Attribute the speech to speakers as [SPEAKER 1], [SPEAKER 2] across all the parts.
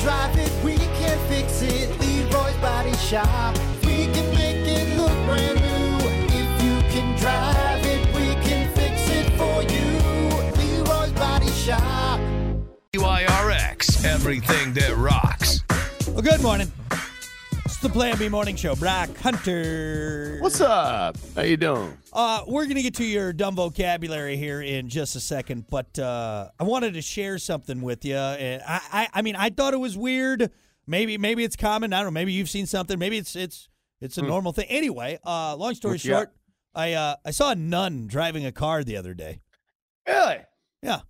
[SPEAKER 1] drive it, we can fix it. Leroy's Body Shop. We can make it look brand new. If you can drive it, we can fix it for you. Leroy's Body Shop.
[SPEAKER 2] WIRX, everything that rocks.
[SPEAKER 3] Well, good morning. It's the Plan B Morning Show. Brock Hunter.
[SPEAKER 4] What's up? How you doing?
[SPEAKER 3] Uh, we're going to get to your dumb vocabulary here in just a second, but uh, I wanted to share something with you. And I, I, I mean, I thought it was weird. Maybe, maybe it's common. I don't know. Maybe you've seen something. Maybe it's it's it's a normal thing. Anyway, uh, long
[SPEAKER 4] Hmm.
[SPEAKER 3] story
[SPEAKER 4] What you got?
[SPEAKER 3] short, I uh, I saw a nun driving a car the other day.
[SPEAKER 4] Really?
[SPEAKER 3] Yeah.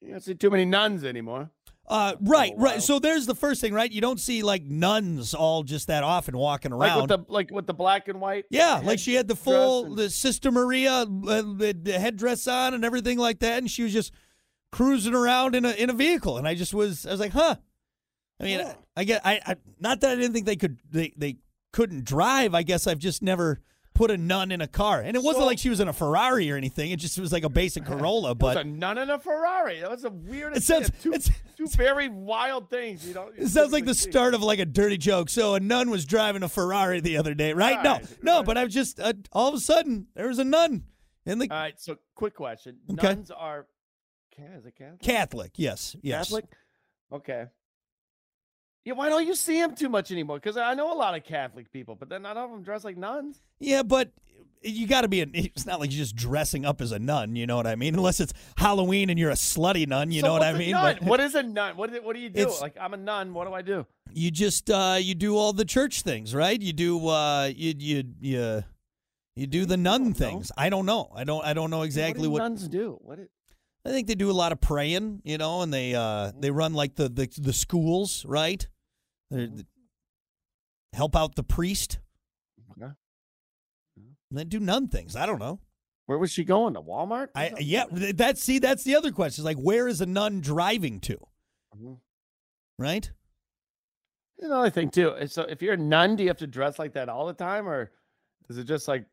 [SPEAKER 4] You don't see too many nuns anymore.
[SPEAKER 3] Uh, right,
[SPEAKER 4] Oh, wow.
[SPEAKER 3] right. So there's the first thing, right? You don't see like nuns all just that often walking
[SPEAKER 4] Like
[SPEAKER 3] around.
[SPEAKER 4] with the like with the black and white.
[SPEAKER 3] Yeah, like she had the
[SPEAKER 4] headdress
[SPEAKER 3] full
[SPEAKER 4] and-
[SPEAKER 3] the Sister Maria uh, the, the headdress on and everything like that, and she was just cruising around in a in a vehicle, and I just was I was like, huh. I mean,
[SPEAKER 4] Yeah.
[SPEAKER 3] I, I get I, I not that I didn't think they could they they couldn't drive. I guess I've just never put a nun in a car, and it wasn't
[SPEAKER 4] So-
[SPEAKER 3] like she was in a Ferrari or anything. It just was like a basic Corolla,
[SPEAKER 4] It was a
[SPEAKER 3] but.
[SPEAKER 4] nun in a Ferrari. That was the weirdest.
[SPEAKER 3] It sounds-
[SPEAKER 4] thing. two,
[SPEAKER 3] it's-
[SPEAKER 4] two very wild things. You know.
[SPEAKER 3] It sounds like the start of like a dirty joke. So a nun was driving a Ferrari the other day, right? No,
[SPEAKER 4] Right,
[SPEAKER 3] no,
[SPEAKER 4] right.
[SPEAKER 3] but I was just uh, all of a sudden there was a nun in the
[SPEAKER 4] All right. So, quick question.
[SPEAKER 3] Okay.
[SPEAKER 4] Nuns are. Ca- Is it Catholic?
[SPEAKER 3] Catholic. Yes, yes.
[SPEAKER 4] Catholic? Okay. Yeah, why don't you see them too much anymore? Because I know a lot of Catholic people, but then not all of them dress like nuns.
[SPEAKER 3] Yeah, but you got to be. An, it's not like you're just dressing up as a nun. You know what I mean? Unless it's Halloween and you're a slutty nun. You
[SPEAKER 4] So
[SPEAKER 3] know what I
[SPEAKER 4] what's a
[SPEAKER 3] mean?
[SPEAKER 4] nun?
[SPEAKER 3] But
[SPEAKER 4] what is a nun? What, do- what do you do?
[SPEAKER 3] It's-
[SPEAKER 4] Like, I'm a nun. What do I do?
[SPEAKER 3] you just uh, you do all the church things, right? You do uh, you you you you do the nun
[SPEAKER 4] know.
[SPEAKER 3] things. I don't know. I don't. I don't know exactly
[SPEAKER 4] what, do
[SPEAKER 3] what.
[SPEAKER 4] nuns do. What it,
[SPEAKER 3] I think they do a lot of praying. You know, and they
[SPEAKER 4] Mm-hmm.
[SPEAKER 3] uh, they run like the the, the schools, right? They're,
[SPEAKER 4] Mhm.
[SPEAKER 3] help out the priest.
[SPEAKER 4] Okay.
[SPEAKER 3] And then do nun things. I don't know.
[SPEAKER 4] where was she going to Walmart? or
[SPEAKER 3] I
[SPEAKER 4] something?
[SPEAKER 3] yeah, th- that's see, that's the other question. It's like, where is a nun driving to?
[SPEAKER 4] Mhm.
[SPEAKER 3] Right?
[SPEAKER 4] Here's Another thing too. is So if you're a nun, do you have to dress like that all the time, or is it just like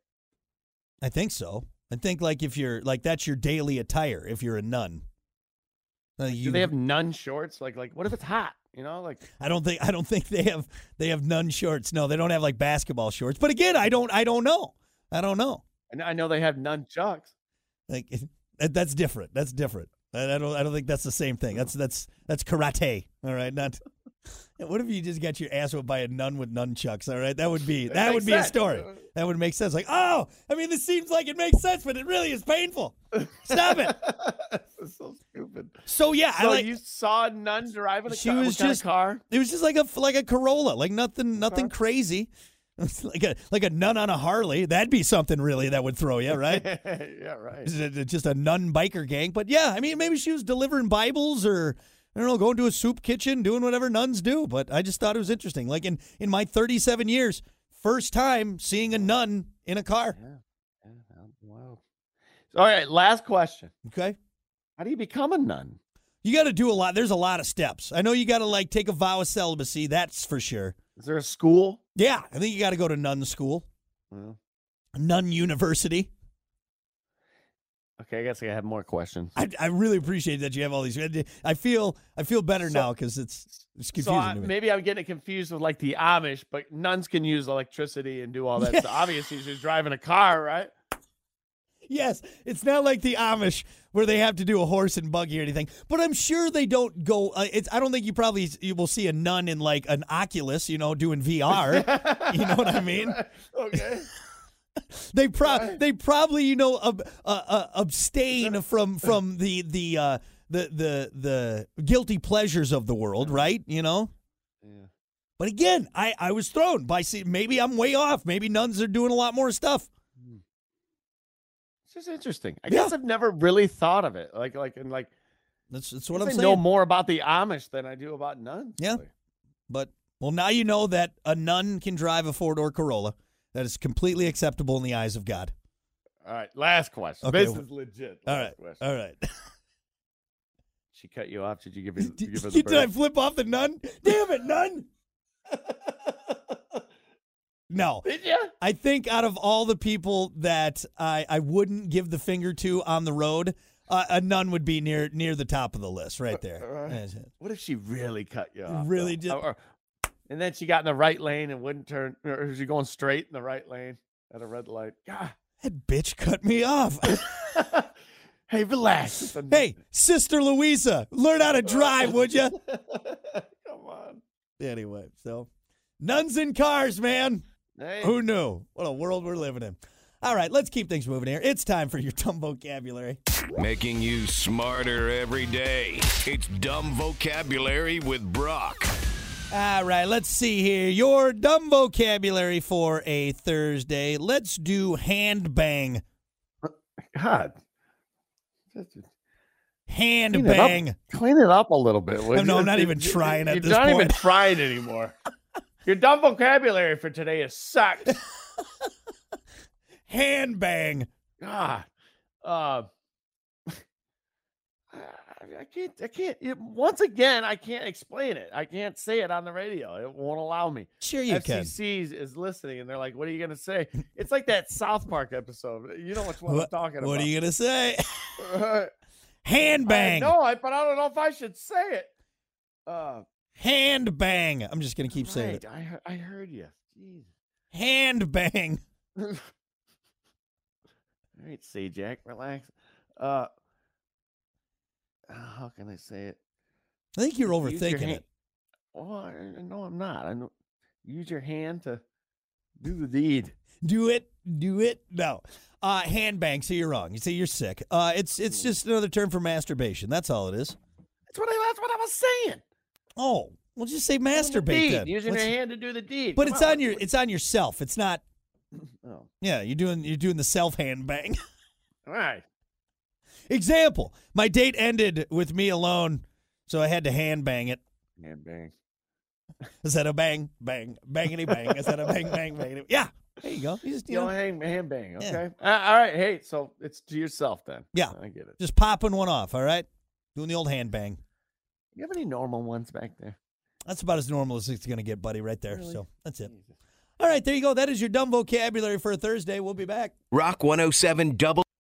[SPEAKER 3] I think so. I think like if you're like that's your daily attire if you're a nun. Uh,
[SPEAKER 4] do
[SPEAKER 3] you,
[SPEAKER 4] they have nun shorts? Like like what if it's hot? You know, like
[SPEAKER 3] I don't think I don't think they have they have nun shorts. No, they don't have like basketball shorts. But again, I don't I don't know. I don't know.
[SPEAKER 4] I kn- I know they have nun chucks.
[SPEAKER 3] Like that, that's different. That's different. I, I don't I don't think that's the same thing. That's that's that's karate. All right, not. What if you just got your ass whipped by a nun with nunchucks? All right, that would be that
[SPEAKER 4] makes
[SPEAKER 3] would be a
[SPEAKER 4] sense.
[SPEAKER 3] story. That would make sense. Like, oh, I mean, this seems like it makes sense, but it really is painful. Stop it.
[SPEAKER 4] this is so stupid.
[SPEAKER 3] So yeah, I
[SPEAKER 4] so
[SPEAKER 3] like
[SPEAKER 4] you saw a nun driving a
[SPEAKER 3] She
[SPEAKER 4] car?
[SPEAKER 3] was
[SPEAKER 4] what kind of
[SPEAKER 3] just-
[SPEAKER 4] car.
[SPEAKER 3] it was just like a like a Corolla, like nothing nothing
[SPEAKER 4] Uh-huh.
[SPEAKER 3] crazy, It's like a like a nun on a Harley. That'd be something really that would throw you right.
[SPEAKER 4] yeah, right.
[SPEAKER 3] Is it a- just a nun biker gang. But yeah, I mean, maybe she was delivering Bibles or I don't know, going to a soup kitchen, doing whatever nuns do. But I just thought it was interesting. Like in in my 37 years, first time seeing a nun in a car.
[SPEAKER 4] Yeah, I'm wild. All right, last question.
[SPEAKER 3] Okay.
[SPEAKER 4] How do you become a nun?
[SPEAKER 3] You got to do a lot. There's a lot of steps. I know you got to like take a vow of celibacy. That's for sure.
[SPEAKER 4] Is there a school?
[SPEAKER 3] Yeah, I think you got to go to nun school,
[SPEAKER 4] Well,
[SPEAKER 3] nun university.
[SPEAKER 4] okay, I guess I have more questions.
[SPEAKER 3] I, I really appreciate that you have all these. I feel I feel better
[SPEAKER 4] So-
[SPEAKER 3] now because it's it's confusing
[SPEAKER 4] so I,
[SPEAKER 3] to me.
[SPEAKER 4] maybe I'm getting it confused with like the Amish, but nuns can use electricity and do all that. So obviously she's driving a car, right?
[SPEAKER 3] Yes, it's not like the Amish where they have to do a horse and buggy or anything. But I'm sure they don't go. Uh, it's, I don't think you probably s- you will see a nun in like an Oculus, you know, doing VR. You know what I mean?
[SPEAKER 4] okay.
[SPEAKER 3] they pro- they probably you know ab- uh, uh, abstain from from the the uh, the the the guilty pleasures of the world, right? You know.
[SPEAKER 4] Yeah.
[SPEAKER 3] But again, I, I was thrown by see maybe I'm way off. Maybe nuns are doing a lot more stuff.
[SPEAKER 4] It's just interesting. I
[SPEAKER 3] Yeah.
[SPEAKER 4] guess I've never really thought of it. Like like and like
[SPEAKER 3] That's that's
[SPEAKER 4] I
[SPEAKER 3] what
[SPEAKER 4] guess
[SPEAKER 3] I'm
[SPEAKER 4] I
[SPEAKER 3] saying.
[SPEAKER 4] know more about the Amish than I do about nuns.
[SPEAKER 3] Yeah.
[SPEAKER 4] really.
[SPEAKER 3] But well, now you know that a nun can drive a four door Corolla. That is completely acceptable in the eyes of God.
[SPEAKER 4] All right. Last question.
[SPEAKER 3] Okay,
[SPEAKER 4] This
[SPEAKER 3] wh-
[SPEAKER 4] is legit.
[SPEAKER 3] All
[SPEAKER 4] last
[SPEAKER 3] right, uh
[SPEAKER 4] question.
[SPEAKER 3] all right.
[SPEAKER 4] She cut you off. Did you give her,
[SPEAKER 3] Did,
[SPEAKER 4] did you give her the
[SPEAKER 3] did I
[SPEAKER 4] bird?
[SPEAKER 3] flip off the nun? Damn it, nun! No,
[SPEAKER 4] Did you?
[SPEAKER 3] I think out of all the people that I I wouldn't give the finger to on the road, uh, a nun would be near near the top of the list right there.
[SPEAKER 4] Right.
[SPEAKER 3] That's it.
[SPEAKER 4] What if she really cut you off?
[SPEAKER 3] Really
[SPEAKER 4] though?
[SPEAKER 3] did-
[SPEAKER 4] Or- or- and then she got in the right lane and wouldn't turn, or she going straight in the right lane at a red light. God.
[SPEAKER 3] That bitch cut me off.
[SPEAKER 4] hey, relax. It's a nun.
[SPEAKER 3] hey, Sister Louisa, learn how to drive, would you?
[SPEAKER 4] Come on.
[SPEAKER 3] Anyway, so nuns in cars, man.
[SPEAKER 4] Hey,
[SPEAKER 3] Who knew? What a world we're living in. All right, let's keep things moving here. It's time for your dumb vocabulary.
[SPEAKER 2] Making you smarter every day. It's Dumb Vocabulary with Brock.
[SPEAKER 3] All right, let's see here. Your dumb vocabulary for a Thursday. Let's do hand bang.
[SPEAKER 4] God. Just
[SPEAKER 3] Hand
[SPEAKER 4] Clean it up.
[SPEAKER 3] bang.
[SPEAKER 4] Clean it up a little bit. would
[SPEAKER 3] I'm- no,
[SPEAKER 4] you?
[SPEAKER 3] I'm not
[SPEAKER 4] You-
[SPEAKER 3] even
[SPEAKER 4] you-
[SPEAKER 3] trying at
[SPEAKER 4] You're
[SPEAKER 3] this
[SPEAKER 4] not even
[SPEAKER 3] point.
[SPEAKER 4] trying anymore. Your dumb vocabulary for today is sucked.
[SPEAKER 3] Hand bang.
[SPEAKER 4] God. Uh, I I can't. I can't. It, once again, I can't explain it. I can't say it on the radio. It won't allow me.
[SPEAKER 3] Sure you can.
[SPEAKER 4] FCC's is listening, and they're like, "What are you gonna say?" It's like that South Park episode. You know which one
[SPEAKER 3] What-
[SPEAKER 4] I'm talking
[SPEAKER 3] What
[SPEAKER 4] about.
[SPEAKER 3] are you going to say?
[SPEAKER 4] Uh,
[SPEAKER 3] Hand bang.
[SPEAKER 4] I know it, but I don't know if I should say it. Uh,
[SPEAKER 3] Hand bang. I'm just going to keep saying
[SPEAKER 4] right,
[SPEAKER 3] it.
[SPEAKER 4] I, heard- I heard you. Jeez.
[SPEAKER 3] Hand bang.
[SPEAKER 4] All right, say Jack, relax. Uh, uh, how can I say it?
[SPEAKER 3] I think you're
[SPEAKER 4] Use your
[SPEAKER 3] overthinking
[SPEAKER 4] hand-
[SPEAKER 3] it.
[SPEAKER 4] Well, I- I- no, I'm not. I know. Use your hand to do the deed.
[SPEAKER 3] Do it. Do it. No. Uh, hand bang. So you're wrong. You say you're sick. Uh, it's
[SPEAKER 4] Hmm.
[SPEAKER 3] it's just another term for masturbation. That's all it is.
[SPEAKER 4] That's what I. That's what I was saying.
[SPEAKER 3] Oh, well, just say
[SPEAKER 4] Doing the
[SPEAKER 3] masturbate
[SPEAKER 4] deed,
[SPEAKER 3] then.
[SPEAKER 4] Using
[SPEAKER 3] What's-
[SPEAKER 4] your hand to do the deed.
[SPEAKER 3] But
[SPEAKER 4] Come
[SPEAKER 3] it's on
[SPEAKER 4] what-
[SPEAKER 3] your it's on yourself. It's not.
[SPEAKER 4] what- Oh,
[SPEAKER 3] Yeah, you're doing you're doing the self hand bang.
[SPEAKER 4] all right.
[SPEAKER 3] Example: My date ended with me alone, so I had to hand bang it.
[SPEAKER 4] Hand bang.
[SPEAKER 3] Is that a bang bang bangity bang? Is that a bang bang bang? Yeah, there you go. You just, you
[SPEAKER 4] Yo,
[SPEAKER 3] know,
[SPEAKER 4] hang, hand bang.
[SPEAKER 3] Yeah.
[SPEAKER 4] Okay. Uh, all right. Hey, so it's to yourself then.
[SPEAKER 3] Yeah.
[SPEAKER 4] I get it.
[SPEAKER 3] just popping one off. All right, doing the old hand bang.
[SPEAKER 4] You have any normal ones back there?
[SPEAKER 3] That's about as normal as it's gonna get, buddy. Right there.
[SPEAKER 4] Really?
[SPEAKER 3] So that's it.
[SPEAKER 4] Jesus.
[SPEAKER 3] All right, there you go. That is your dumb vocabulary for a Thursday. We'll be back.
[SPEAKER 2] Rock 107 double.